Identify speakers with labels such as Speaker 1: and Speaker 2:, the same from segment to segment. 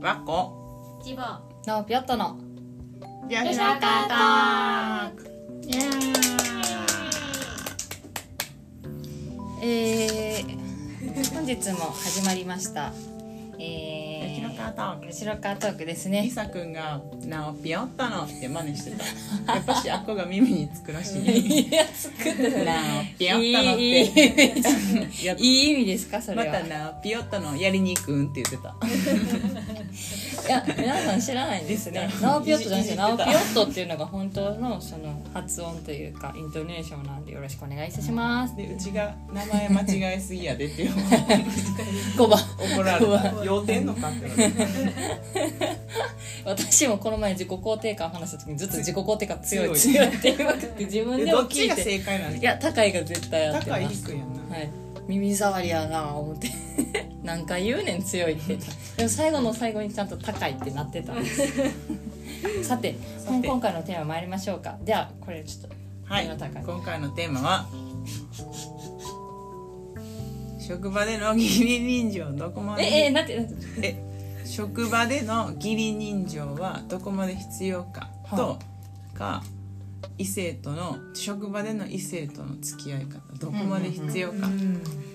Speaker 1: わっこ
Speaker 2: 千葉
Speaker 3: ナオピョットの
Speaker 1: よ
Speaker 2: 吉
Speaker 1: か
Speaker 2: 田
Speaker 1: った
Speaker 3: えー、本日も始まりました
Speaker 1: 吉
Speaker 3: えー
Speaker 1: 野川トーク
Speaker 3: 後ろからトークです
Speaker 1: り
Speaker 3: ね
Speaker 1: さくんが「なおぴょったの」って真似してたやっぱしあっこが耳につくらしい
Speaker 3: いや作っ
Speaker 1: 「
Speaker 3: て
Speaker 1: なおぴょっ
Speaker 3: いい
Speaker 1: たの」っ
Speaker 3: いい
Speaker 1: てやっ
Speaker 3: いい意味ですかそ
Speaker 1: ま
Speaker 3: れは、
Speaker 1: た「なおぴょったの」やりに行くんって言ってた
Speaker 3: いや皆さん知らないんですね
Speaker 1: ですね
Speaker 3: ナオピョットじゃないですよナオ
Speaker 1: いじ
Speaker 3: ピ
Speaker 1: っ
Speaker 3: ョ
Speaker 1: てた
Speaker 3: ットっていうのが本当のその発音というかイントネーションなんでよろしくお願いいたします
Speaker 1: でうちが名前間違えすぎやでって
Speaker 3: 5番
Speaker 1: 怒ら れた「酔うてんのか」って言われた
Speaker 3: 私もこの前自己肯定感話した時にずっと自己肯定感強い強いって言いまくって自分
Speaker 1: え
Speaker 3: でも
Speaker 1: どっ
Speaker 3: 聞
Speaker 1: ち
Speaker 3: い
Speaker 1: が
Speaker 3: て
Speaker 1: 正解なの
Speaker 3: いや高いが絶対合って
Speaker 1: 高い
Speaker 3: ます
Speaker 1: 低いやんな
Speaker 3: はい、耳障りやな思って 何回言うねん強いってでも最後の最後にちゃんと高いってなってたんです さて
Speaker 1: さて
Speaker 3: 今回のテーマ参りましょうかではこれちょっと
Speaker 1: はい
Speaker 3: どなたか
Speaker 1: 今回のテーマは職場での義理人情どこまで
Speaker 3: ええなんてなんて
Speaker 1: え職場での義理人情はどこまで必要かと
Speaker 3: は
Speaker 1: か異性との職場での異性との付き合い方どこまで必要かっ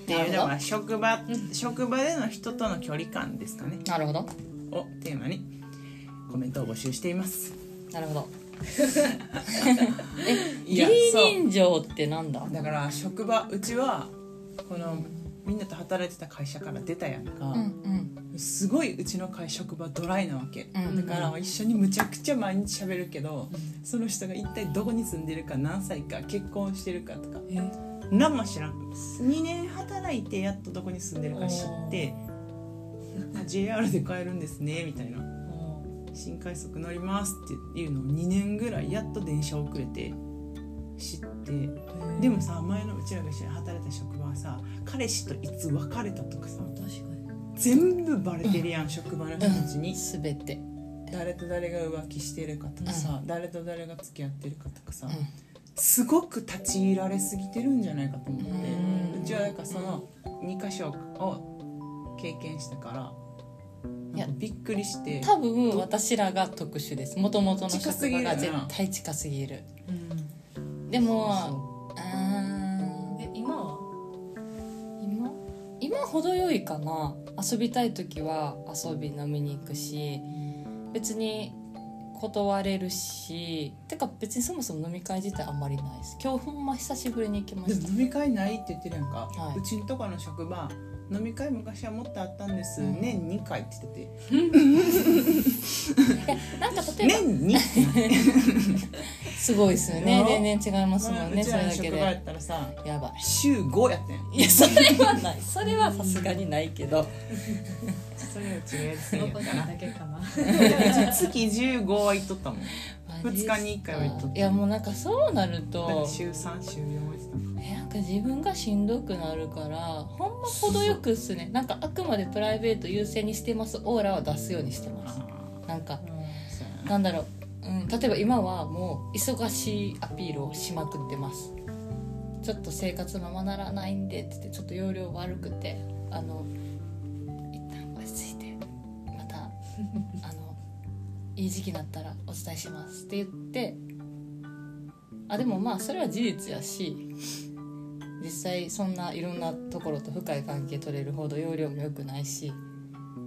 Speaker 1: て
Speaker 3: ない
Speaker 1: う
Speaker 3: るほ
Speaker 1: だ
Speaker 3: ど
Speaker 1: から職場職場での人との距離感ですかね
Speaker 3: なるほど
Speaker 1: をテーマにコメントを募集しています
Speaker 3: なるほど
Speaker 1: い
Speaker 3: 義
Speaker 1: や
Speaker 3: 理
Speaker 1: そう
Speaker 3: 人情ってなんだ
Speaker 1: だから職場うちはこのみんなと働いてた会社から出たやんか、
Speaker 3: うんうん
Speaker 1: すごいうちの会職場ドライなわけ、
Speaker 3: うん
Speaker 1: だから一緒にむちゃくちゃ毎日喋るけど、その人が一体どこに住んでるか何歳か結婚してるかとか何も知らん2年働いてやっとどこに住んでるか知ってあ JR で帰るんですねみたいな新快速乗りますっていうのを2年ぐらいやっと電車遅れて知ってでもさ前のうちらが一緒に働いた職場はさ彼氏といつ別れたとかさ全部バレてるやん、職場の人たちに
Speaker 3: すべて
Speaker 1: 誰と誰が浮気してるかとかさ、誰と誰が付き合ってるかとかさ、
Speaker 3: ん
Speaker 1: すごく立ち入られすぎてるんじゃないかと思って
Speaker 3: うん
Speaker 1: うちはなんかその2箇所を経験したから
Speaker 3: い
Speaker 1: な
Speaker 3: や
Speaker 1: んかびっくりして
Speaker 3: 多分私らが特殊ですもともとの
Speaker 1: 近す
Speaker 3: 職
Speaker 1: ぎ
Speaker 3: 場
Speaker 1: るよ
Speaker 3: が
Speaker 1: な
Speaker 3: 絶対近すぎるでもあー
Speaker 2: え今は
Speaker 3: 今今ほど良いかな遊びたい時は遊び飲みに行くし別に断れるしてか別にそもそも飲み会自体あんまりないです今日ほんま久しぶりに行きま
Speaker 1: で
Speaker 3: し
Speaker 1: も飲み会ないって言ってるやんか、
Speaker 3: はいう
Speaker 1: ちんとこの職場飲み会昔はもっとあったんです、
Speaker 3: うん
Speaker 1: 年2回って言って
Speaker 3: たいやなんか
Speaker 1: て
Speaker 3: 例えば、
Speaker 1: 年に
Speaker 3: すごいですよね
Speaker 1: やろ
Speaker 3: 全然違いますもんね
Speaker 1: うち
Speaker 3: そ
Speaker 1: ら
Speaker 3: れ
Speaker 1: の
Speaker 3: だけ
Speaker 1: 職
Speaker 3: で
Speaker 1: 場やったらさ
Speaker 3: やばい
Speaker 1: 週5やったやん
Speaker 3: いやそれはないそれはさすがにないけど
Speaker 1: それは違うやつ
Speaker 2: ど
Speaker 1: やか
Speaker 2: こに
Speaker 1: ら
Speaker 2: だけかな
Speaker 1: 月15は行っとったもんだ
Speaker 3: マジっすか
Speaker 1: 二日に一回は行っとった
Speaker 3: いやもうなんかそうなると
Speaker 1: から週3週4は行ってたもん
Speaker 3: えなんか自分がしんどくなるからほんま程よくっすねなんかあくまでプライベート優先にしてますオーラは出すようにしてます
Speaker 1: あ
Speaker 3: なんか
Speaker 1: ーそうやな
Speaker 3: なんだろう、うん、例えば今はもう忙しいアピールをしまくってますちょっと生活ままならないんでって言ってちょっと容量悪くてあの一旦落ち着いてまたあのいい時期になったらお伝えしますって言ってあでもまあそれは事実やし実際そんないろんなところと深い関係取れるほど容量も良くないしや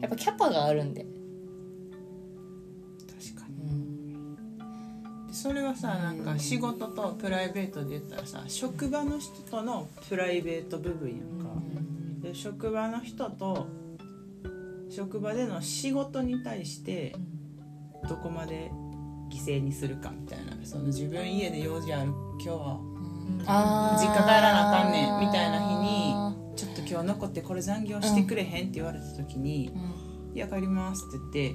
Speaker 3: っぱキャパがあるんで、
Speaker 1: 確か
Speaker 3: うん、
Speaker 1: にでそれはさなんか仕事とプライベートで言ったらさ職場の人とのプライベート部分やんか、で職場の人と職場での仕事に対してどこまで犠牲にするかみたいなその自分家で用事ある今日は
Speaker 3: あー
Speaker 1: 実家帰らなあかんねんみたいな日にちょっと今日残ってこれ残業してくれへんって言われた時に「
Speaker 3: う
Speaker 1: いや帰ります」って言っ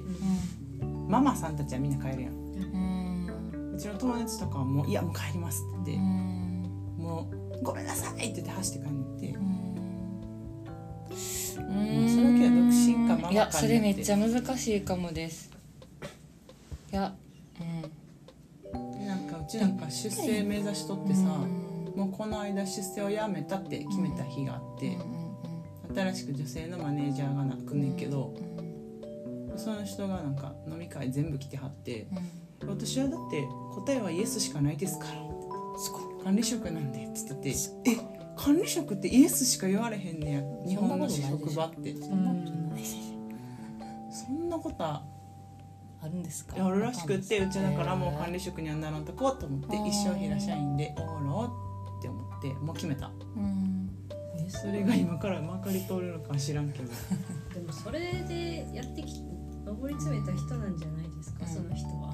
Speaker 1: て
Speaker 3: ん
Speaker 1: ママさんたちはみんな帰るやん
Speaker 3: うん
Speaker 1: うちの友達とかはもう「いやもう帰ります」って
Speaker 3: う
Speaker 1: 言って
Speaker 3: ん
Speaker 1: 「もうごめんなさい」って言って走って帰ってうそれだけは独
Speaker 3: うん
Speaker 1: 身かママか
Speaker 3: い
Speaker 1: になっ
Speaker 3: や
Speaker 1: て
Speaker 3: それめっちゃ難しいかもですいやうん
Speaker 1: でなんかうちなんか出世目指しとってさ
Speaker 3: うん
Speaker 1: もうこの間出世をやめたって決めた日があって
Speaker 3: うんうん
Speaker 1: 新しく女性のマネージャーがなくんねんけど
Speaker 3: うん
Speaker 1: うその人がなんか飲み会全部来てはって
Speaker 3: うん
Speaker 1: 私はだって答えはイエスしかないですから
Speaker 3: すごい
Speaker 1: 管理職なんでっつっててえ管理職ってイエスしか言われへんねや日本の職場って
Speaker 3: そんなことないし
Speaker 1: そんなことは
Speaker 3: あるんですか
Speaker 1: あるらしくってうちだからもう管
Speaker 3: 理
Speaker 1: 理職にはならんとこうと思って
Speaker 3: あー
Speaker 1: 一生平社員でおごろうって思ってもう決めた
Speaker 3: うん
Speaker 1: それが今からまかり通るのか知ら んけど
Speaker 2: でもそれでやってき上り詰めた人なんじゃないですか、
Speaker 3: うん
Speaker 2: その人は。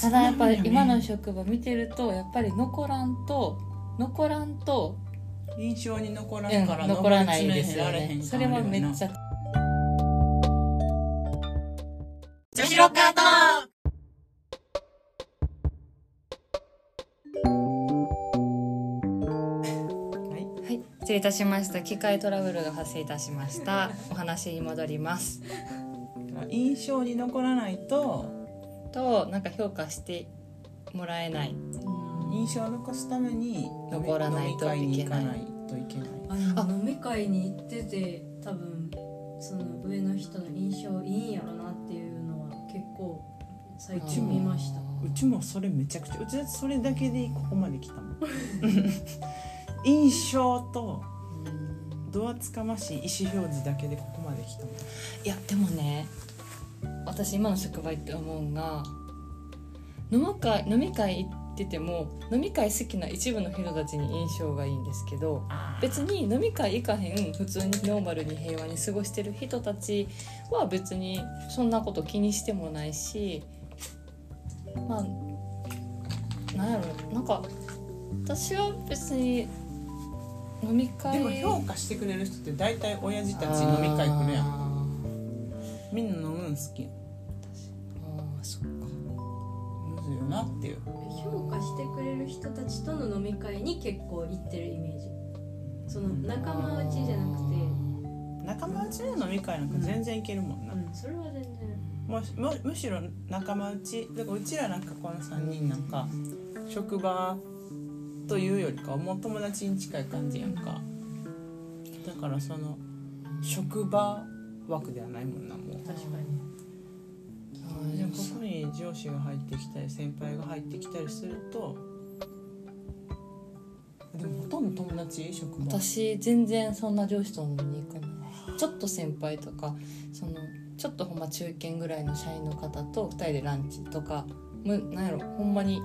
Speaker 3: ただやっぱり今の
Speaker 1: 人
Speaker 3: 職場見てるとやっぱり残らんと残らんと
Speaker 1: 印象に残ら
Speaker 3: うんん
Speaker 1: から
Speaker 3: 残らないですよ
Speaker 1: 残り詰められへんから
Speaker 3: ねそれはめっちゃ
Speaker 1: 女子ロッカートーはい
Speaker 3: はい、失礼いたしました。機械トラブルが発生いたしました。お話に戻ります。
Speaker 1: だから印象に残らないと
Speaker 3: と、なんか評価してもらえない。
Speaker 1: 印象を残すために
Speaker 3: 残らないといけ
Speaker 1: 飲み会に行か
Speaker 3: ない
Speaker 1: ないといけない
Speaker 2: あの飲み会に行ってて多分その上の人の印象いいんやろなっていうのは結構最近見ました。
Speaker 1: うちもそれめちゃくちゃうちだってそれだけでここまで来たもん印象と
Speaker 3: うん
Speaker 1: ドアつかましい意思表示だけでここまで来たもん
Speaker 3: いや、でもね、私今の職場行って思うんが、飲み会飲み会行ってても、飲み会好きな一部の人たちに印象がいいんですけど、別に飲み会行かへん普通にノーマルに平和に過ごしてる人たちは別にそんなこと気にしてもないしまあなんやろなんか私は別に飲み会
Speaker 1: でも評価してくれる人って大体親父たち飲み会来るやん
Speaker 3: ん
Speaker 1: みんな飲むん好き
Speaker 3: あーそっか
Speaker 1: むずいよなっていう
Speaker 2: 評価してくれる人たちとの飲み会に結構行ってるイメージ。その仲間内じゃなくて、
Speaker 1: 仲間内の飲み会なんか全然いけるもんな、
Speaker 2: うん、それは全然。
Speaker 1: もしむむしろ仲間内だからうちらなんかこの3人なんか職場というよりかはもう友達に近い感じやんかだからその職場枠ではないもんなもう
Speaker 2: 確かに
Speaker 3: あー
Speaker 1: で
Speaker 3: で
Speaker 1: も
Speaker 3: も
Speaker 1: こ
Speaker 3: そ
Speaker 1: こに上司が入ってきたり先輩が入ってきたりするとでもほとんど友達職場
Speaker 3: 私全然そんな上司と飲みに行かないちょっと先輩とかそのちょっとほんま中堅ぐらいの社員の方と2人でランチとかむなんやろほんまに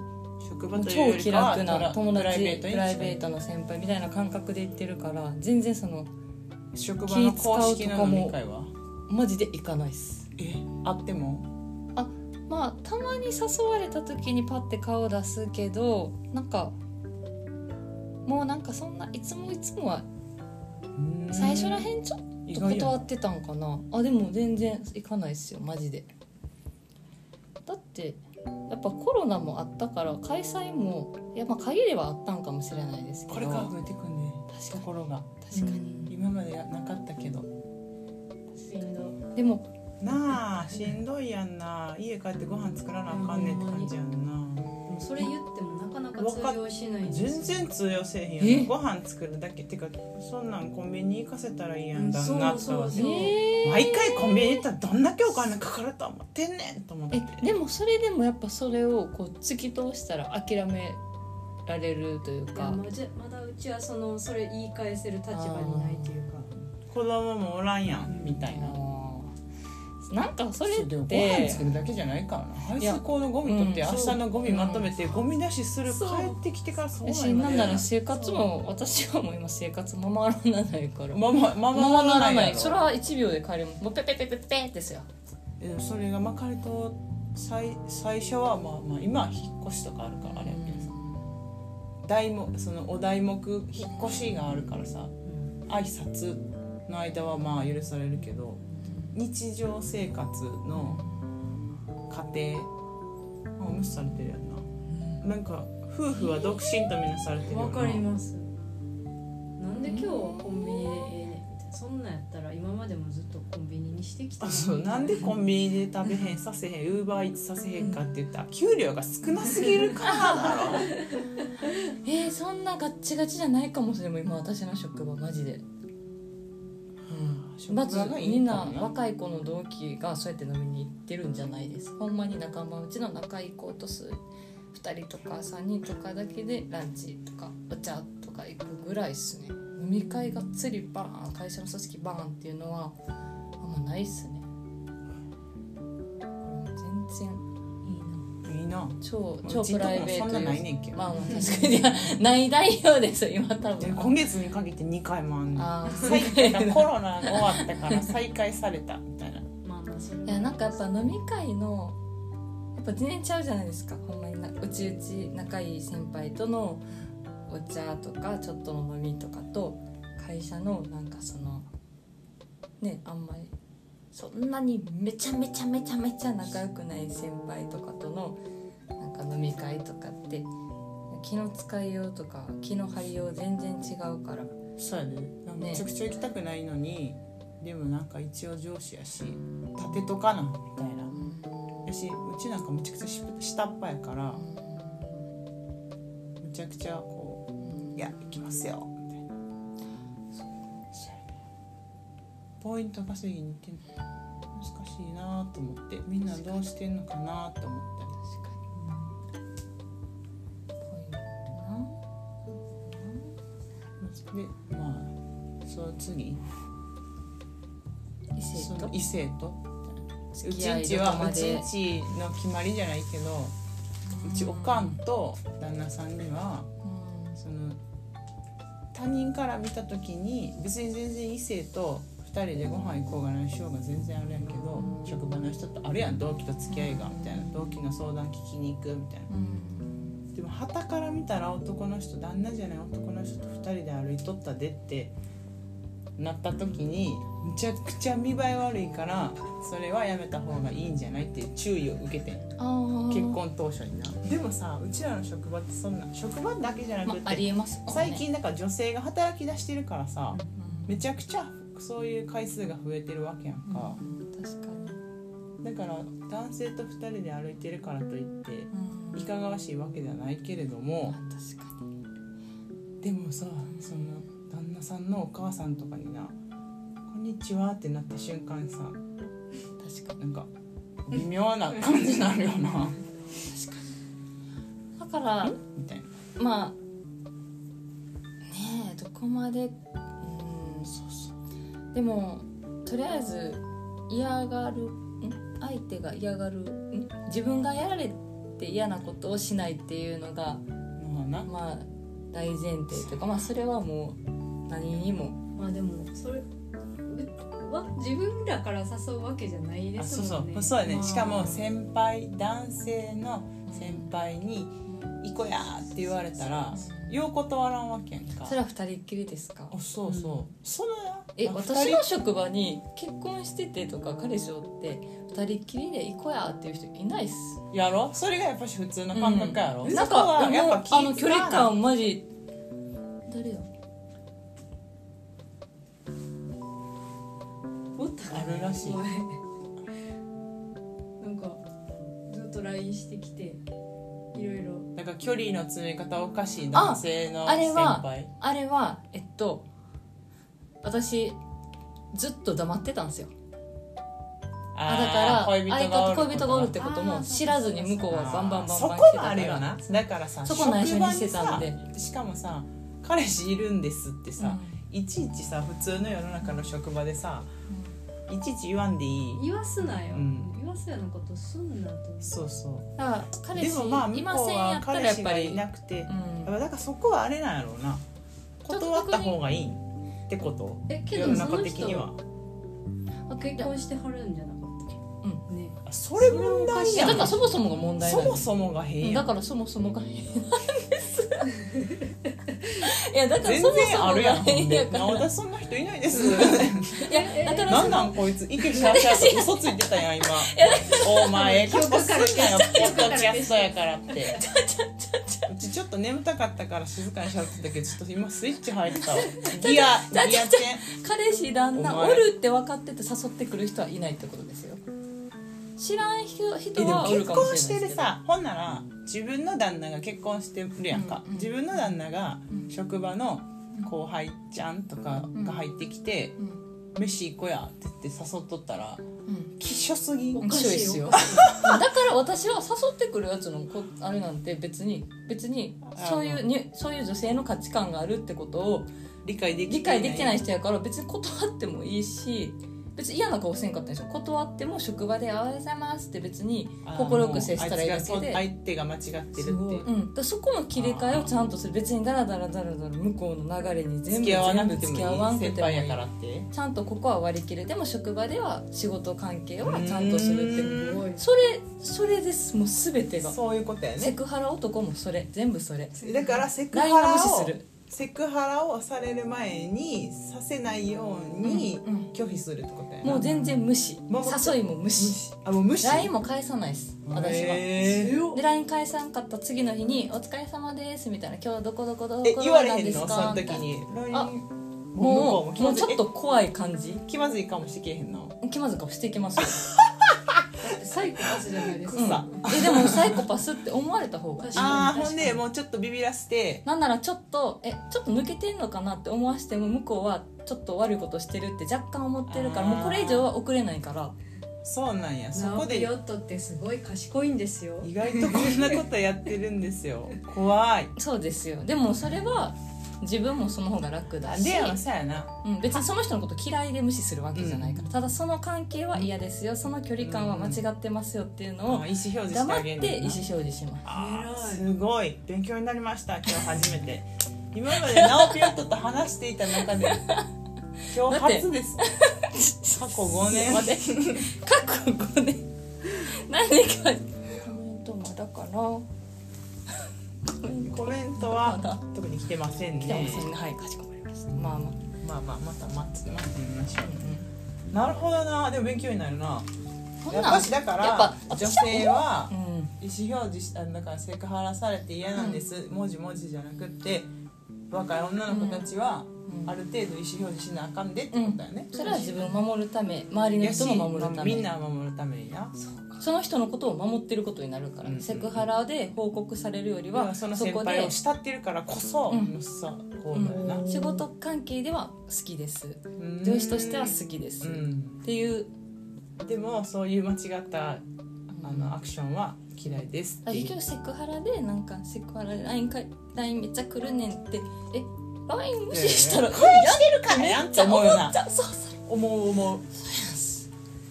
Speaker 1: 職
Speaker 3: も
Speaker 1: 場
Speaker 3: う
Speaker 1: という
Speaker 3: 超
Speaker 1: より
Speaker 3: 気
Speaker 1: かは
Speaker 3: 楽
Speaker 1: トラ
Speaker 3: な友
Speaker 1: プライベ
Speaker 3: 達
Speaker 1: ートに
Speaker 3: プライベートの先輩みたいな感覚で行ってるから全然その
Speaker 1: 職場の公式の飲み会は
Speaker 3: マジで行かないっす
Speaker 1: えあっても
Speaker 3: まあたまに誘われた時にパッて顔出すけどなんかもうなんかそんないつもいつもは最初らへんちょっ
Speaker 1: 意
Speaker 3: と
Speaker 1: 外やな
Speaker 3: 断ってたんかなあでも全然行かないっすよマジでだってやっぱコロナもあったから開催もいやまあ限りはあったんかもしれないですけど
Speaker 1: これから増えてくんねと
Speaker 3: 確か
Speaker 1: ころが
Speaker 3: に確かに、
Speaker 1: 今までなかったけど
Speaker 2: しんどい
Speaker 3: でも
Speaker 1: なあしんどいやんな家帰ってご飯作らなあかんねって感じやんな
Speaker 2: でもそれ言ってもなかなか通用しないです
Speaker 1: 全然通用せえへんや
Speaker 3: え
Speaker 1: んご飯作るだけってかそんなんコンビニ行かせたらいいやんだんなって
Speaker 2: そうそうそう
Speaker 3: えー
Speaker 1: 毎回コンビニ行ったらどんだけお金かかると思ってんねんと思って
Speaker 3: えでもそれでもやっぱそれをこう突き通したら諦められるという
Speaker 2: いや
Speaker 3: か
Speaker 2: まじまだうちはそのそれ言い返せる立場にないというか
Speaker 1: 子供もおらんやんみたいな
Speaker 3: あーなんかそれ
Speaker 1: そうでも
Speaker 3: っ
Speaker 1: ご飯
Speaker 3: て
Speaker 1: 作るだけじゃないからな排
Speaker 3: いや
Speaker 1: 水口のゴミ取って
Speaker 3: うん
Speaker 1: 明日のゴミまとめてゴミ出しする帰
Speaker 2: そう
Speaker 1: ってきてからそう
Speaker 3: 私
Speaker 1: 今
Speaker 3: なんだろう
Speaker 1: ね
Speaker 3: 生活も私はもう今生活ままならないから
Speaker 1: ままままな
Speaker 3: ままな
Speaker 1: ら
Speaker 3: らな
Speaker 1: ないい
Speaker 3: それは1秒で帰れもうペペペペペペですよ
Speaker 1: でもそれがまかりと最最初はまあまあ今は引っ越しとかあるからあれやけどさ題目そのお題目引っ越しがあるからさ挨拶の間はまあ許されるけど日常生活の家庭あ無視されてるやんな、なんか夫婦は独身とみなされてるよ
Speaker 2: わ
Speaker 1: な
Speaker 2: かりますなんで今日はコンビニでええねんみたいなそんなんやったら今までもずっとコンビニにしてきた
Speaker 1: あ
Speaker 2: の に
Speaker 1: そうなんでコンビニで食べへんさせへんウーバーイーツさせへんかって言ったら給料が少なすぎるからだろ
Speaker 3: えー、そんなガッチガチじゃないかもしれない今私の職場マジで
Speaker 1: うん職場
Speaker 3: まず
Speaker 1: がいい
Speaker 3: みんな
Speaker 1: かな
Speaker 3: 若い子の同期がそうやって飲みに行ってるんじゃないですほんまに仲間うちの仲いい子と数2人とか3人とかだけでランチとかお茶とか行くぐらいっすね飲み会がっつりバーン会社の組織バーンっていうのはあんまないっすねもう全然
Speaker 2: いいない
Speaker 1: いな
Speaker 3: 超
Speaker 1: まあ
Speaker 3: 超
Speaker 1: うちんとこ
Speaker 3: プライベート
Speaker 1: もそんなない
Speaker 3: ね
Speaker 1: ねんけど、
Speaker 3: まあまあ確かにいやない内容ですよ今多
Speaker 1: で
Speaker 3: 分
Speaker 1: 今月に限って2回もあんの
Speaker 3: ああ
Speaker 1: 再開がコロナが終わったから再開されたみたいな
Speaker 2: まあまあそん
Speaker 3: いやなんかやっぱ飲み会のやっぱ全然ちゃうじゃないですかほんまになうちうち仲いい先輩とのお茶とかちょっとの飲みとかと会社のなんかそのねあんまりそんなにめちゃめちゃめちゃめちゃ仲良くない先輩とかとのなんか飲み会とかって気の使いようとか気の張りよう全然違うから
Speaker 1: そうやねなんかめちゃくちゃ行きたくないのに、でもなんか一応上司やし立てとかなみたいなやしうちなんかめちゃくちゃし下っ端やからめちゃくちゃこう「いや行きますよ」みたいなポイント稼ぎに行ってんの難しいなと思ってみんなどうしてんのかなと思ったり
Speaker 3: 確かに。こういうのって
Speaker 1: でまあその次
Speaker 3: な異
Speaker 1: そ
Speaker 3: 性
Speaker 1: の
Speaker 3: と
Speaker 1: 異性とう
Speaker 3: 付
Speaker 1: ち
Speaker 3: き合
Speaker 1: ん
Speaker 3: い
Speaker 1: ち
Speaker 3: どこ
Speaker 1: は
Speaker 3: ま
Speaker 1: うち
Speaker 3: で
Speaker 1: んちの決まりじゃないけどうちおかんと旦那さんには
Speaker 3: うん
Speaker 1: その他人から見た時に別に全然異性と2人でご飯行こうが何しようが全然あるやんけど
Speaker 3: うん
Speaker 1: 職場の人とあるやん同期と付き合いがみたいな同期の相談聞きに行くみたいな
Speaker 3: うん
Speaker 1: でも傍から見たら男の人旦那じゃない男の人と2人で歩いとったでってなった時にむちゃくちゃ見栄え悪いからそれはやめた方がいいんじゃないっていう注意を受けてん
Speaker 3: あー
Speaker 1: 結婚当初になでもさうちらの職場ってそんな職場だけじゃな
Speaker 3: ま
Speaker 1: く
Speaker 3: ああり
Speaker 1: て
Speaker 3: えますもんね
Speaker 1: 最近だから女性が働き出してるからさ
Speaker 3: うん
Speaker 1: めちゃくちゃそういう回数が増えてるわけやんか
Speaker 3: 確かに
Speaker 1: だから男性と2人で歩いてるからといって
Speaker 3: うん
Speaker 1: いかがわしいわけではないけれども、
Speaker 3: まあ確かに
Speaker 1: でもさその旦那さんのお母さんとかにな「こんにちは」ってなった瞬間さ
Speaker 3: 確かに
Speaker 1: なんか微妙な感じになるよ な
Speaker 3: だから
Speaker 1: みたいな
Speaker 3: まあねえどこまでうんそうそうでもとりあえず嫌がるん相手が嫌がるん自分がやられて嫌なことをしないっていうのが
Speaker 1: まあな
Speaker 3: まあ大前提というかまあそれはもう何にも
Speaker 2: まあでもそれうわ自分らから誘うわけじゃないで
Speaker 1: あ
Speaker 2: す
Speaker 1: そう
Speaker 2: もん
Speaker 1: そ
Speaker 2: ね
Speaker 1: うそうやね
Speaker 3: まあ
Speaker 1: しかも先輩男性の先輩に「行こや!」って言われたらよう断らんわけやんか
Speaker 3: それは二人っきりですか
Speaker 1: あそうそう、その
Speaker 3: え
Speaker 1: あ
Speaker 3: 私
Speaker 1: 二
Speaker 3: の職場に結婚しててとか彼氏おって二人っきりで行こうやっていう人いないっす
Speaker 1: 人やろそれがやっぱし普通の感覚やろ、
Speaker 3: うんな
Speaker 1: そ
Speaker 3: ん
Speaker 1: こ
Speaker 3: か
Speaker 1: は
Speaker 3: も
Speaker 1: やっ
Speaker 3: う
Speaker 1: ぱ気
Speaker 3: あの距離
Speaker 1: 使わな
Speaker 3: 感マジ誰や
Speaker 2: おったか
Speaker 1: あるらしい
Speaker 2: 前なんかずっと LINE してきていろいろ
Speaker 1: なんか距離の詰め方おかしい男性の
Speaker 3: ああれ
Speaker 1: 先
Speaker 3: は
Speaker 1: 輩
Speaker 3: あれはえっと私ずっと黙ってたんですよあだから
Speaker 1: ー
Speaker 3: 相方と恋人がおるって
Speaker 1: こ
Speaker 3: こと
Speaker 2: あ
Speaker 3: も
Speaker 2: ーそうそうそう
Speaker 3: 知らずに向こうはバンバンバンバン
Speaker 1: そこ
Speaker 3: 来て
Speaker 1: も
Speaker 3: たから
Speaker 1: あるよなだからさ
Speaker 3: そこ内緒にしてたんで
Speaker 1: 職場にさしかもさ彼氏いるんですってさ、いちいちさ普通の世の中の職場でさいちいち言わんでいい
Speaker 2: 言わすなよ、
Speaker 1: うん
Speaker 2: 言わすようなことすんなと
Speaker 1: そうそう
Speaker 3: だから彼
Speaker 1: で
Speaker 3: 氏
Speaker 1: もまあ向
Speaker 3: いま
Speaker 1: こう
Speaker 3: せんや
Speaker 1: は
Speaker 3: ったら
Speaker 1: 彼
Speaker 3: やっ
Speaker 1: 氏
Speaker 3: ぱ
Speaker 1: が
Speaker 3: り
Speaker 1: いなくて、
Speaker 3: うん
Speaker 1: だからそこはあれなんやろうな断った方がいいってこと
Speaker 2: えけ
Speaker 1: 世
Speaker 2: ど
Speaker 1: の
Speaker 2: そ
Speaker 1: 中
Speaker 2: の
Speaker 1: 的に
Speaker 2: 人
Speaker 1: は
Speaker 2: 結婚してはるんじゃなかったっけ、ね
Speaker 1: あそれ問題
Speaker 3: いや
Speaker 1: や
Speaker 3: だ
Speaker 1: ん
Speaker 3: からそもそもが問題
Speaker 1: そ
Speaker 3: なん
Speaker 1: も
Speaker 3: です
Speaker 1: そもが変や
Speaker 3: だ
Speaker 1: ん
Speaker 3: からそもそもが変なんですいやだから
Speaker 1: 全
Speaker 3: そもそ
Speaker 1: 然あ
Speaker 3: も
Speaker 1: るや
Speaker 3: が
Speaker 1: んほん
Speaker 3: 変
Speaker 1: で
Speaker 3: やから
Speaker 1: 直田そんな人いないです
Speaker 3: いやだから
Speaker 1: な
Speaker 3: そ
Speaker 1: ん
Speaker 3: の
Speaker 1: なんこいつ息しゃしゃと嘘ついてたやん今お前
Speaker 2: 記
Speaker 1: カッ
Speaker 2: 憶
Speaker 1: コ
Speaker 2: か
Speaker 1: す
Speaker 2: ら
Speaker 1: んなよポッドキャストやからってうちちょっと眠たかったから静かにしゃってたけどちょっと今スイッチ入ったわギアギアチェ
Speaker 3: 彼氏旦那
Speaker 1: お
Speaker 3: お
Speaker 1: 前
Speaker 3: るって分かってて誘ってくる人はいないってことですよ知らん人
Speaker 1: ンえ
Speaker 3: 人
Speaker 1: でも
Speaker 3: はおる
Speaker 1: 結
Speaker 3: かもしれない
Speaker 1: 婚
Speaker 3: です
Speaker 1: して
Speaker 3: けど
Speaker 1: るさほんなら自分の旦那が結婚してるやんか、
Speaker 3: うんうん
Speaker 1: 自分の旦那が
Speaker 3: うん
Speaker 1: 職場の後輩ちゃんとかが入ってきて、
Speaker 3: うん
Speaker 1: 「飯行こうや」って言って誘っとったら
Speaker 3: うん
Speaker 1: きしょすぎ
Speaker 2: おかしい
Speaker 3: 面白いっすよ
Speaker 2: おかしい
Speaker 3: だから私は誘ってくるやつのこあれなんて別に別にそうい
Speaker 1: あ
Speaker 3: うにそういう女性の価値観があるってことを
Speaker 1: 理解でき
Speaker 3: 理解できてない人やから別に断ってもいいし別に嫌な顔せんかったんですよ断っても職場で「おはようございます」って別に心よく接したらいいだけで
Speaker 1: あいつがそう相手が間違ってるって
Speaker 2: すごい
Speaker 3: うん、だからそこの切り替えをちゃんとする別にダラダラダラダラ向こうの流れに全
Speaker 1: 付
Speaker 3: 部
Speaker 1: き合わな
Speaker 3: 全
Speaker 1: く
Speaker 3: 部
Speaker 1: て
Speaker 3: 付
Speaker 1: もい
Speaker 3: き合わん
Speaker 1: い
Speaker 3: くて
Speaker 1: 先
Speaker 3: もい
Speaker 1: 輩や
Speaker 3: い
Speaker 1: からって
Speaker 3: ちゃんとここは割り切るでも職場では仕事関係はちゃんとするって
Speaker 1: う
Speaker 2: す
Speaker 1: ん
Speaker 2: ごい
Speaker 3: それそれですもう全てが、
Speaker 1: そういうことや
Speaker 3: セ
Speaker 1: ね
Speaker 3: クハラ男もそれ全部それ
Speaker 1: だからセクハ
Speaker 3: LINE は
Speaker 1: ラ
Speaker 3: 無視す
Speaker 1: を
Speaker 3: る
Speaker 1: セクハラをされる前にさせないように
Speaker 3: うんうん
Speaker 1: 拒否するってことやな
Speaker 3: もう全然無視
Speaker 1: 守って
Speaker 3: 誘いも無視
Speaker 1: あもう無視
Speaker 3: LINE も返さないです私は。
Speaker 1: へー
Speaker 2: 強っ
Speaker 3: で LINE 返さんかった次の日に「お疲れ様です」みたいな「今日どこどこどこ
Speaker 1: え言われ
Speaker 3: な
Speaker 1: へ
Speaker 3: んで
Speaker 1: ん
Speaker 3: す
Speaker 1: のそ
Speaker 3: か
Speaker 1: の」時に
Speaker 3: あ
Speaker 1: LINE
Speaker 3: もう
Speaker 1: 向こ
Speaker 3: もうちょっ
Speaker 1: え
Speaker 3: と怖い感じ
Speaker 1: 気まずいかもしてけえへんの
Speaker 3: 気まずかもしてきますよ
Speaker 2: だってサイコパスじゃないです
Speaker 1: 草
Speaker 2: か、
Speaker 3: えでもサイコパスって思われた方がいい
Speaker 2: 確
Speaker 1: あ
Speaker 2: か
Speaker 1: あ
Speaker 2: に
Speaker 1: ほんでもうちょっとビビらして
Speaker 3: なんならちょっとえちょっと抜けてんのかなって思わせても向こうはちょっと悪いことしてるって若干思ってるから
Speaker 1: あー
Speaker 3: もうこれ以上は送れないから
Speaker 1: そうなんやそこ
Speaker 2: ナオキ
Speaker 1: で
Speaker 2: ヨットってすごい賢いんですよ
Speaker 1: 意外とこんなことやってるんです よ怖い
Speaker 3: そうですよでもそれは自分もその方が楽だ
Speaker 1: あ
Speaker 3: し
Speaker 1: でやろそうやな
Speaker 3: うん、別にその人のこと嫌いで無視するわけじゃないから、ただその関係は嫌ですよその距離感は間違ってますよっていう
Speaker 1: あ意思
Speaker 3: のを
Speaker 1: 表示して
Speaker 3: 黙っ
Speaker 1: あげ
Speaker 3: て意
Speaker 1: る
Speaker 3: 思表示します
Speaker 1: あー
Speaker 2: 偉い
Speaker 1: すごい勉強になりました今日初めて今までナオピヨットと話していた中 で今日初です過去5年
Speaker 3: 待って過去5年何かコメントまだかなコメン
Speaker 1: コメント
Speaker 3: ま
Speaker 1: は
Speaker 3: だ
Speaker 1: 特に来てません
Speaker 3: 来てま
Speaker 1: ね
Speaker 3: せんねはいかしこまりましたまあまあ
Speaker 1: まあまあまた待って待ってみましょうなるほどなでも勉強になるな
Speaker 3: こん
Speaker 1: や
Speaker 3: な
Speaker 1: っ
Speaker 3: ん
Speaker 1: ぱしだか
Speaker 3: やっ
Speaker 1: ら
Speaker 3: ぱ
Speaker 1: 女性は
Speaker 3: うん
Speaker 1: 意思表示しただからセクハラされて嫌なんです、文字文字じゃなくって若い女の子たちは
Speaker 3: うん
Speaker 1: ある程度意思表示しなあかんでってことだよね、
Speaker 3: それは自分を守るため周りの
Speaker 1: やし
Speaker 3: 人も守るため
Speaker 1: みんなを守るためにな
Speaker 3: その人のことを守ってることになるから、
Speaker 1: うん
Speaker 3: セクハラで報告されるより
Speaker 1: でも
Speaker 3: は
Speaker 1: そ
Speaker 3: そ
Speaker 1: の先
Speaker 3: こ
Speaker 1: 輩
Speaker 3: で
Speaker 1: を慕ってるからこそ
Speaker 3: うん
Speaker 1: もうさこうだよな、
Speaker 2: うん
Speaker 3: 仕事関係では好きです
Speaker 1: うん
Speaker 3: 上司としては好きです、
Speaker 1: う
Speaker 3: っ
Speaker 1: ん
Speaker 3: ていう
Speaker 1: でもそういう間違ったあのアクションは嫌いですっ
Speaker 3: あ
Speaker 1: てい
Speaker 3: 今
Speaker 1: う
Speaker 3: 日セクハラでなんかセクハラ LINE か LINE めっちゃ来るねんってえ LINE 無視したら
Speaker 1: いやいや
Speaker 3: これや
Speaker 1: るからやんって思うよな
Speaker 3: っちゃうそうそ
Speaker 1: 思う思う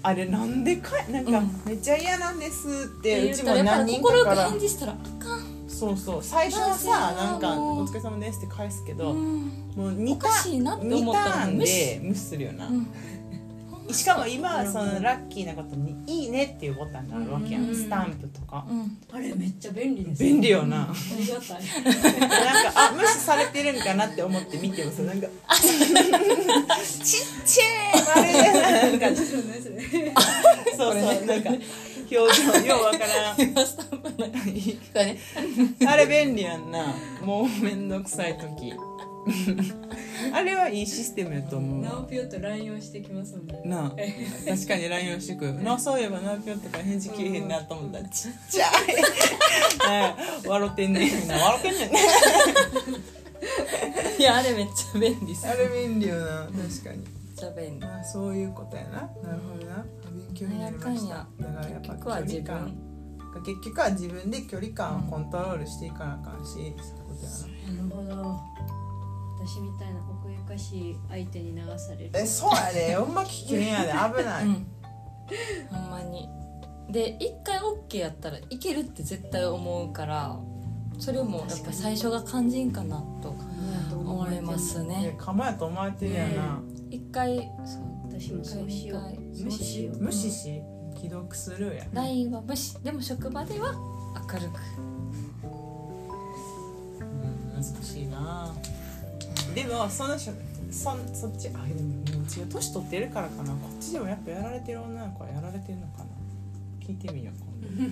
Speaker 1: あれなんでかなんか、
Speaker 3: うん
Speaker 1: めっちゃ嫌なんですっ
Speaker 3: う
Speaker 1: てう
Speaker 3: 言う
Speaker 1: ち
Speaker 3: た
Speaker 1: も
Speaker 3: らやっぱ
Speaker 1: 何
Speaker 3: り
Speaker 1: 人
Speaker 3: 心
Speaker 1: か
Speaker 3: よ
Speaker 1: か
Speaker 3: く
Speaker 1: ら
Speaker 3: 返事したらあかん
Speaker 1: そうそう最初は
Speaker 3: まあ
Speaker 1: さ
Speaker 3: さ
Speaker 1: なんか「
Speaker 3: もう
Speaker 1: お疲れ様です」って返すけど、
Speaker 3: うん
Speaker 1: もう
Speaker 3: お
Speaker 1: 似た
Speaker 3: かしいなって思
Speaker 1: 似
Speaker 3: ったたら
Speaker 1: ん
Speaker 3: 無視
Speaker 1: で無視するよな、
Speaker 3: うん
Speaker 1: しかも今
Speaker 2: うん
Speaker 1: そのラッキーなことに「いいね」っていうボタンがあるわけやん、
Speaker 2: うん
Speaker 1: スタンプとか、
Speaker 3: うん
Speaker 2: あれめっちゃ便利です
Speaker 1: 便利よな、
Speaker 2: ありが たい
Speaker 1: なんかあ無視されてるんかなって思って見てもさなんか「ちっちゃい!」あれで なんか
Speaker 2: そうねそれ
Speaker 1: そうそうなんか表情ようわからん
Speaker 3: 今スタンプないだね
Speaker 1: あれ便利やんなもうめんどくさい時あれはいいシステムやと思う
Speaker 2: ナオ
Speaker 1: わ
Speaker 2: ピヨット LINE をしてきますもんね
Speaker 1: なあ確かに LINE をしてくるなそういえばなぴょんとか返事きれへんなと思ったらちっちゃいはい笑ってんねんな笑ってんねん
Speaker 3: いやあれめっちゃ便利っすめっ
Speaker 1: れ便利よな確かに
Speaker 3: ちゃ便利
Speaker 1: まあそういうことやななるほどな勉強になりましただからやっ
Speaker 3: 結
Speaker 1: ぱ
Speaker 3: 局は自
Speaker 1: 距離
Speaker 3: 分
Speaker 1: 感結局は自分で距離感をコントロールしていかなあかんし、そういうことやな
Speaker 2: なるほど私みたいな奥ゆかしい相手に流される
Speaker 1: えそうやでほんま危険やで危ない、
Speaker 3: うんほんまにで一回 OK やったらいけるって絶対思うからそれもやっぱ最初が肝心かなと思います
Speaker 1: いや
Speaker 3: ね
Speaker 1: 構えと思われてるやな、
Speaker 3: 一回そう
Speaker 2: 私もそうしよ
Speaker 3: 一回
Speaker 2: う無視しよう
Speaker 1: 無視し既読するや
Speaker 3: LINE は無視でも職場では明るく
Speaker 1: うん難しいなでもその人そんそっちあでももう違う年取ってるからかなこっちでもやっぱやられてる女の子はやられてるのかな聞いてみよう今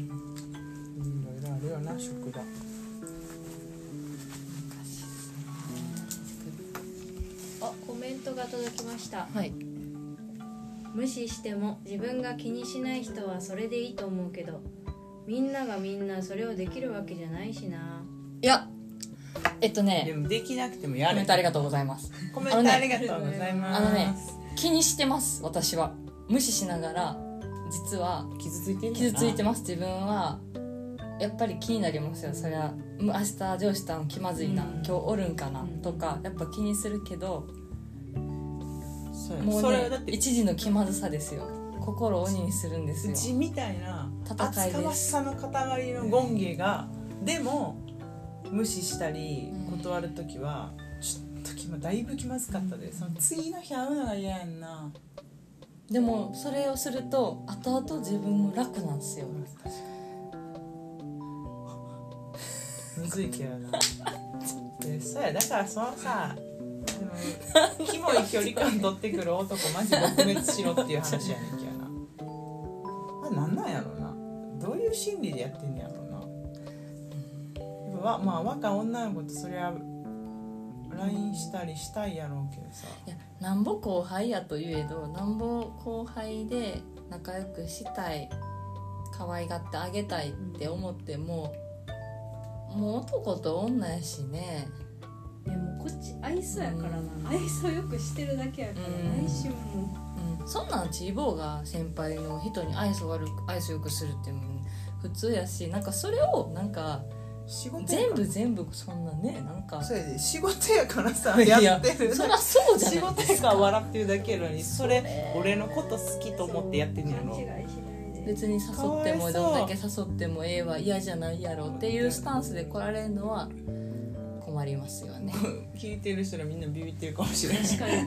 Speaker 1: 度いろいろあるよな職場
Speaker 2: あコメントが届きました
Speaker 3: はい
Speaker 2: 無視しても自分が気にしない人はそれでいいと思うけどみんながみんなそれをできるわけじゃないしない
Speaker 3: やえっと
Speaker 1: で
Speaker 3: ね
Speaker 1: もできなくてもや
Speaker 3: コメ
Speaker 1: れ
Speaker 3: ントありがとうございます
Speaker 1: コメントありがとうございます
Speaker 3: あのね気にしてます私は無視しながら実は
Speaker 1: 傷ついてる
Speaker 3: 傷ついて
Speaker 1: ま
Speaker 3: ます自分はやっぱり気になりますよそりゃうん明日上司と気まずいな、
Speaker 2: うん
Speaker 3: 今日おるんかな、
Speaker 2: うん
Speaker 3: とかやっぱ気にするけど
Speaker 1: すそうや
Speaker 3: も
Speaker 1: そうれは
Speaker 3: ね
Speaker 1: だって
Speaker 3: 一時の気まずさですよ心を鬼にするんです
Speaker 1: う
Speaker 3: よ
Speaker 1: ちみたいな
Speaker 3: 戦い
Speaker 1: 厚
Speaker 3: です
Speaker 1: かましさの塊の権芸がでも無視したり
Speaker 3: うん
Speaker 1: 断る時はちょっと気まだいぶ気まずかったでその次の日会うのが嫌やんな
Speaker 3: でもそれをすると後々自分も楽なんですよ
Speaker 1: むずいけどなでそうやだからそのさでもキモい距離感取ってくる男マジ撲滅しろっていう話やねんけどなあなんなんやろなどういう心理でやってんねやろなやっぱわまあ若い女の子とそりゃ LINE したりしたいやろうけどさ
Speaker 3: いやなんぼ後輩やといえどなんぼ後輩で仲良くしたい可愛がってあげたいって思ってももう男と女やしね
Speaker 2: いやもうこっち愛想やからな、
Speaker 3: うん
Speaker 2: 愛想よくしてるだけやから、
Speaker 3: うん
Speaker 2: 内心も
Speaker 3: うんそんなんちいぼうが先輩の人に愛想悪く愛想よくするってもう普通やしなんかそれをなんか
Speaker 1: 仕事やから
Speaker 3: 全部全部そんなねなんか
Speaker 1: そうやで仕事やからさ
Speaker 3: いや
Speaker 1: やってる
Speaker 3: そりゃそうじ
Speaker 1: 仕
Speaker 3: ゃない
Speaker 1: 事
Speaker 3: で
Speaker 1: や
Speaker 3: す
Speaker 1: から
Speaker 3: か
Speaker 1: 笑ってるだけやのにそれ俺のこと好きと思ってやってんねやろ
Speaker 2: 勘違いしないで
Speaker 3: 別に誘ってもどんだけ誘ってもええは嫌じゃないやろっていうスタンスで来られるのは困りますよ ね
Speaker 1: 聞いてる人らみんなビビってるかもしれない
Speaker 2: 確かに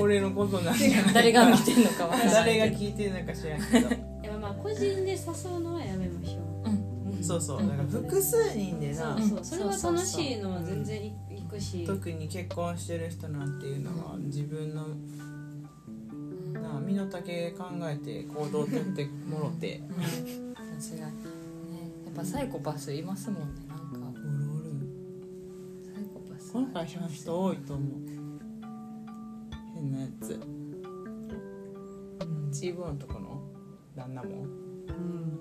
Speaker 1: 俺のことなんや
Speaker 3: 誰が見てんのかわからない
Speaker 1: 誰
Speaker 3: け
Speaker 1: が
Speaker 3: ど
Speaker 1: 聞いてるのか知らんけど
Speaker 2: いやまあ個人で誘うのはやめましょう、
Speaker 3: うん
Speaker 2: うん
Speaker 1: そうそうだから複数人でな
Speaker 2: そうそうそれは楽しいのは全然いいくし、
Speaker 1: 特に結婚してる人なんていうのは自分のな身の丈考えて行動をとってもろて
Speaker 3: うん間違いないねやっぱサイコパスいますもんねなんかサイコパス
Speaker 1: この会社の人多いと思う変なやつチーボーのとこの旦那も
Speaker 2: うん、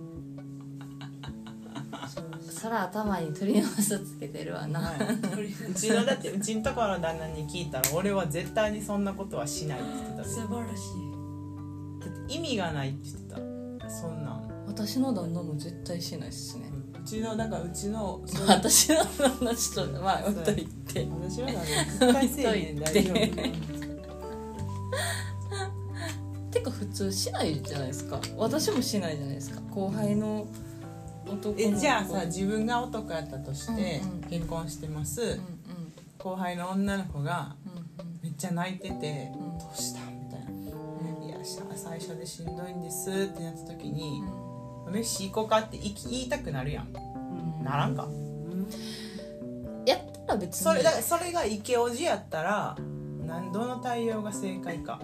Speaker 2: そう
Speaker 3: そら頭に鳥の餌つけてるわな
Speaker 2: それ
Speaker 1: うちのだってうちのところの旦那に聞いたら俺は絶対にそんなことはしないって言ってたで
Speaker 2: 素晴らしい
Speaker 1: だって意味がないって言ってたそんなん
Speaker 3: 私の旦那も絶対しないっすね
Speaker 1: うちのなんかうちのその
Speaker 3: 私の旦那ちょっとまあ置いといて
Speaker 1: 私はなんか絶対せえへん大丈夫
Speaker 3: てか普通しないじゃないですか私もしないじゃないですか後輩の男の子
Speaker 1: えじゃあさ自分が男やったとして
Speaker 3: うんうん
Speaker 1: 結婚してま
Speaker 3: う
Speaker 1: す
Speaker 3: ん
Speaker 1: 後輩の女の子が
Speaker 3: うんうん
Speaker 1: めっちゃ泣いてて「
Speaker 3: うん
Speaker 1: どうした?」みたいな「いやし最初でしんどいんです」ってなった時に「飯行こうか」って言い言いたくなるやんならんか
Speaker 3: うんやったら別に
Speaker 1: それだからそれがイケオジやったら何どの対応が正解か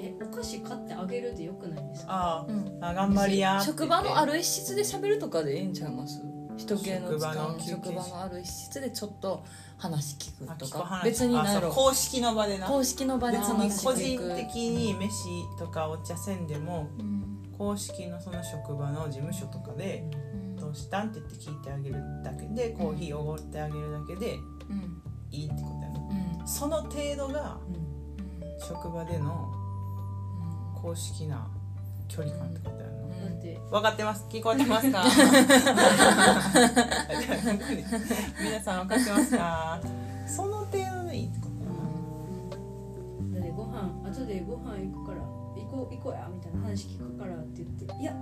Speaker 2: えお菓子買ってあげるでよくないです
Speaker 1: あ
Speaker 2: か
Speaker 3: う
Speaker 1: ー、
Speaker 3: ん
Speaker 1: あ頑張りやーって言って
Speaker 3: 職場のある一室で喋るとかでええんちゃいます人系の時
Speaker 1: 職場
Speaker 3: 間職
Speaker 1: の休憩
Speaker 3: 場
Speaker 1: 室
Speaker 3: のある一室でちょっと話聞
Speaker 1: あ
Speaker 3: くと
Speaker 1: 聞く
Speaker 3: か
Speaker 1: 話
Speaker 3: 別に
Speaker 1: あ
Speaker 3: 何や
Speaker 1: そう
Speaker 3: ろ
Speaker 1: 公式の場でな
Speaker 3: 公式の場で
Speaker 1: 別
Speaker 3: 話
Speaker 1: に個
Speaker 3: してい
Speaker 1: 人
Speaker 3: く
Speaker 1: 的に飯とかお茶せんでも
Speaker 3: うん
Speaker 1: 公式のその職場の事務所とかで
Speaker 3: う
Speaker 1: 「
Speaker 3: ん
Speaker 1: どうしたん?」って言って聞いてあげるだけでコーヒーおごってあげるだけで
Speaker 3: うん
Speaker 1: いいってことやな
Speaker 3: うん
Speaker 1: その程度が
Speaker 2: うん
Speaker 1: 職場での
Speaker 3: うん
Speaker 1: 公式な距離感ってことやな
Speaker 3: うん
Speaker 2: だって
Speaker 1: 分かってます聞こえてます か皆さん分かってますかその程度でいいってことやな
Speaker 2: だってご飯後でご飯行くから行こう行こうやみたいな話聞くからって言っていや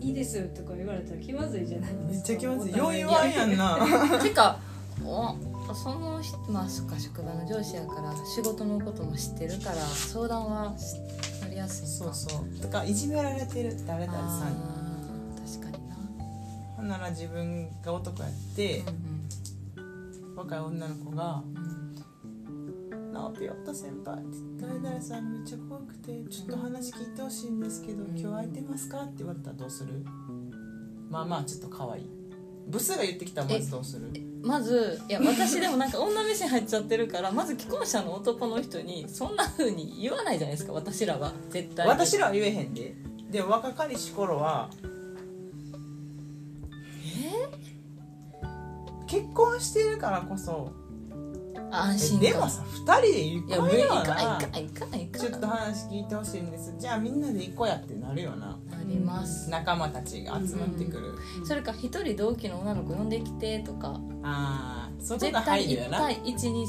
Speaker 2: いいですとか言われたら気まずいじゃないですか
Speaker 1: めっちゃ気持ちいい
Speaker 2: お
Speaker 1: よう
Speaker 2: 互
Speaker 1: 言わんやんな
Speaker 3: てかおその人まあそっか職場の上司やから仕事のことも知ってるから相談はしやりやすいん
Speaker 1: そ
Speaker 3: か
Speaker 1: うそうとかいじめられてる誰々さんに
Speaker 3: あー確かにな、
Speaker 1: ほんなら自分が男やって若い女の子が
Speaker 3: うんう
Speaker 1: 「
Speaker 3: ん
Speaker 1: なおぴよった先輩」って「誰々さんめっちゃ怖くてちょっと話聞いてほしいんですけど今日空いてますか?」って言われたらどうするまあまあちょっと可愛いブスが言ってきたらまずどうする
Speaker 3: まずいや私でもなんか女目線入っちゃってるからまず既婚者の男の人にそんな風に言わないじゃないですか私らは絶対に
Speaker 1: 私らは言えへんででも若かりし頃は
Speaker 3: え
Speaker 1: 結婚してるからこそ
Speaker 3: 安
Speaker 1: え
Speaker 3: 心
Speaker 1: でも
Speaker 3: 感
Speaker 1: さ2人
Speaker 3: い
Speaker 1: で
Speaker 3: や
Speaker 1: 行
Speaker 3: 無
Speaker 1: こ
Speaker 3: 理
Speaker 1: う
Speaker 3: い
Speaker 1: よ
Speaker 3: かん
Speaker 1: な
Speaker 3: いかんいかんいかん
Speaker 1: ちょっと話聞いてほしいんですじゃあみんなで行こうやってなるよな
Speaker 3: なります、
Speaker 1: 仲間たちが集まってくる、
Speaker 3: それか一人同期の女の子呼んできてとか
Speaker 1: ああそこ
Speaker 3: 絶
Speaker 1: が
Speaker 3: 対
Speaker 1: 配慮
Speaker 3: 1
Speaker 1: やな
Speaker 3: 対1に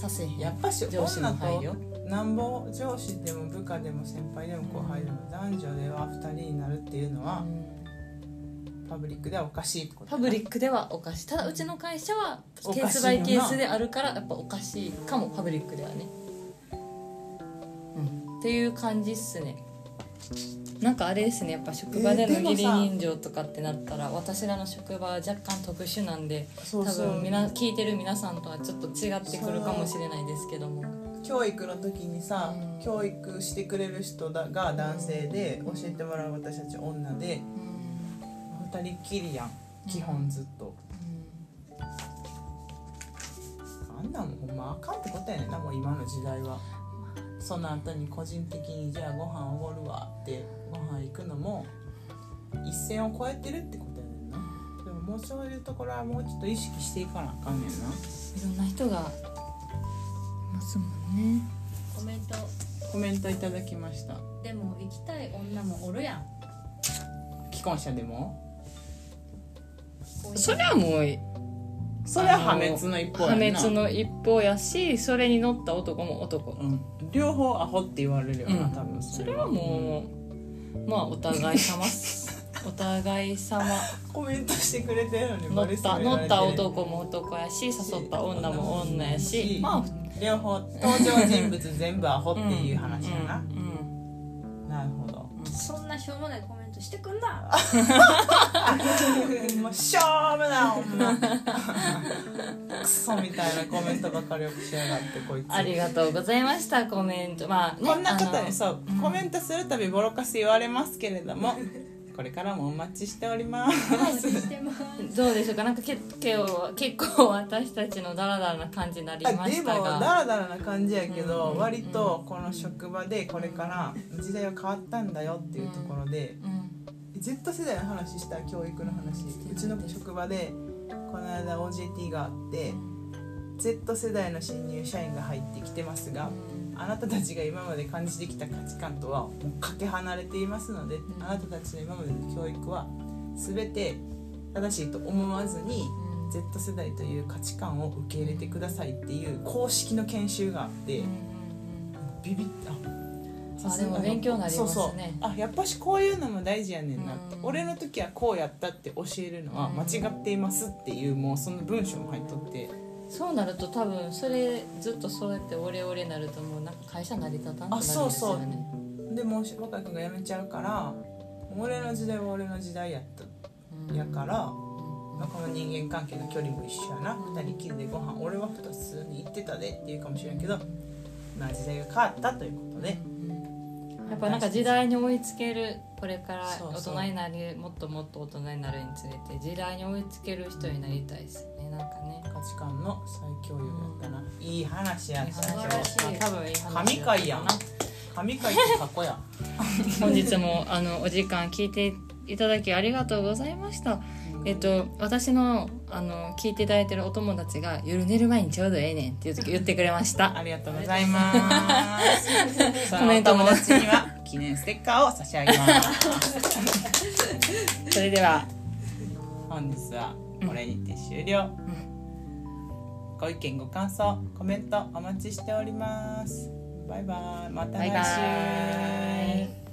Speaker 3: させへん
Speaker 1: やっぱし
Speaker 3: 上司
Speaker 1: 女
Speaker 3: の配
Speaker 1: と
Speaker 3: 慮
Speaker 1: なんぼ上司でも部下でも先輩でも後輩でも男女では2人になるっていうのは
Speaker 3: うん
Speaker 1: パブリックではおかしいってこと
Speaker 3: パブリックではおかしいただうちの会社は
Speaker 1: おかしい
Speaker 3: ケ
Speaker 1: よ
Speaker 3: ー
Speaker 1: な
Speaker 3: スバイケースであるからやっぱおかしいかもパブリックではね、うん、っていう感じっすねなんかあれですねやっぱ職場で
Speaker 1: えーで
Speaker 3: の
Speaker 1: もさ
Speaker 3: 義理人情とかってなったら、私らの職場は若干特殊なんで
Speaker 1: そ
Speaker 3: 多
Speaker 1: うそう
Speaker 3: 分みな聞いてる皆さんとはちょっと違ってくるかもしれないですけども
Speaker 1: 教育の時にさ、
Speaker 3: うん
Speaker 1: 教育してくれる人だが男性で教えてもらう私たち女で
Speaker 3: うん
Speaker 1: 2人っきりやん基本ずっと、あんなんもほんまあかんってことやねんなもう今の時代はその後に個人的にじゃあご飯おごるわってご飯行くのも一線を越えてるってことやねんなでももうそういうところはもうちょっと意識していかなあかんねんない
Speaker 3: ろんな人がいますもんね
Speaker 2: コメント
Speaker 1: コメントいただきました
Speaker 2: でも行きたい女もおるやん
Speaker 1: 既婚者でも
Speaker 2: こういう
Speaker 3: それはもう
Speaker 1: それは破滅の一方や
Speaker 3: 破
Speaker 1: んな
Speaker 3: 滅の一方やしそれに乗った男も男
Speaker 1: うん、両方アホって言われるよな、
Speaker 3: うん
Speaker 1: 多分
Speaker 3: それはもうまあお互い様っす お互い 様
Speaker 1: うんコメントしてくれてるのに
Speaker 3: 乗
Speaker 1: バ
Speaker 3: っ
Speaker 1: レそ
Speaker 3: た
Speaker 1: うに
Speaker 3: 乗
Speaker 1: 言われ
Speaker 3: って
Speaker 1: る
Speaker 3: た男も男やし誘った女も女やしまあ
Speaker 1: 両方登場人物全部アホっていう話やな、
Speaker 3: うん
Speaker 1: なるほど
Speaker 2: そんなしょうもないコメントしてくんな
Speaker 1: もうしょうもないほんまクソみたいなコメントばかりよくしやがってこいつ
Speaker 3: ありがとうございましたコメントまあね
Speaker 1: こんな方に
Speaker 3: あ
Speaker 1: そうコメントするたびボロカス言われますけれどもこれからもお待ちしております
Speaker 2: お待ちしてます
Speaker 3: のどうでしょうかなんか結構結構私たちのダラダラな感じになり
Speaker 1: あ
Speaker 3: ま
Speaker 1: で
Speaker 3: し
Speaker 1: も
Speaker 3: た
Speaker 1: ダ
Speaker 3: が
Speaker 1: ラダラな感じやけど、
Speaker 3: うん
Speaker 1: 割とこの職場でこれから時代は変わったんだよっていうところで、
Speaker 3: うん、
Speaker 1: Z 世代の話した教育の話、
Speaker 3: うん
Speaker 1: うちの職場でこの間 OJT があって、Z 世代の新入社員が入ってきてますが、あなたたちが今まで感じてきた価値観とはもうかけ離れていますので、
Speaker 3: ん
Speaker 1: あなたたちの今までの教育は全て正しいと思わずに、
Speaker 3: うん
Speaker 1: Z 世代という価値観を受け入れてくださいっていう公式の研修があって、ビビったさすが
Speaker 3: でも勉強になりますね
Speaker 1: そうそうあやっぱしこういうのも大事やねんなって、
Speaker 3: うん
Speaker 1: 俺の時はこうやったって教えるのは間違っていますっていうもうその文章も入っとって
Speaker 3: そうなると多分それずっとそうやってオレオレなるともうなんか会社成り立たんくなるんですよね
Speaker 1: あそうそうでもう若君が辞めちゃうから俺の時代は俺の時代やった
Speaker 3: うん
Speaker 1: やから、
Speaker 3: うん
Speaker 1: まあ、この人間関係の距離も一緒やな2人きりでご飯俺は普通に行ってたでって言うかもしれんけどまあ時代が変わったということで
Speaker 3: やっぱなんか時代に追いつけるこれから
Speaker 1: そう
Speaker 3: 大
Speaker 1: そう
Speaker 3: 人になりもっともっと大人になるにつれて時代に追いつける人になりたいですねなんかね
Speaker 1: 価値観の再共有やったな、いい話やった
Speaker 2: 素晴らしい
Speaker 3: 多分いい話だったかな
Speaker 1: 神回やん神回って過去や
Speaker 3: 本日もあのお時間聞いていただきありがとうございましたえっと、私のあの聞いていただいてるお友達が「夜寝る前にちょうどええねん」っていう時言ってくれまし た
Speaker 1: ありがとうございます
Speaker 3: コメント
Speaker 1: そ
Speaker 3: も
Speaker 1: のお友達には記念ステッカーを差し上げます
Speaker 3: それでは
Speaker 1: 本日はこれにて終了、ご意見ご感想コメントお待ちしておりますバイバイまた
Speaker 3: バ
Speaker 1: 来
Speaker 3: イ
Speaker 1: 週
Speaker 3: バイ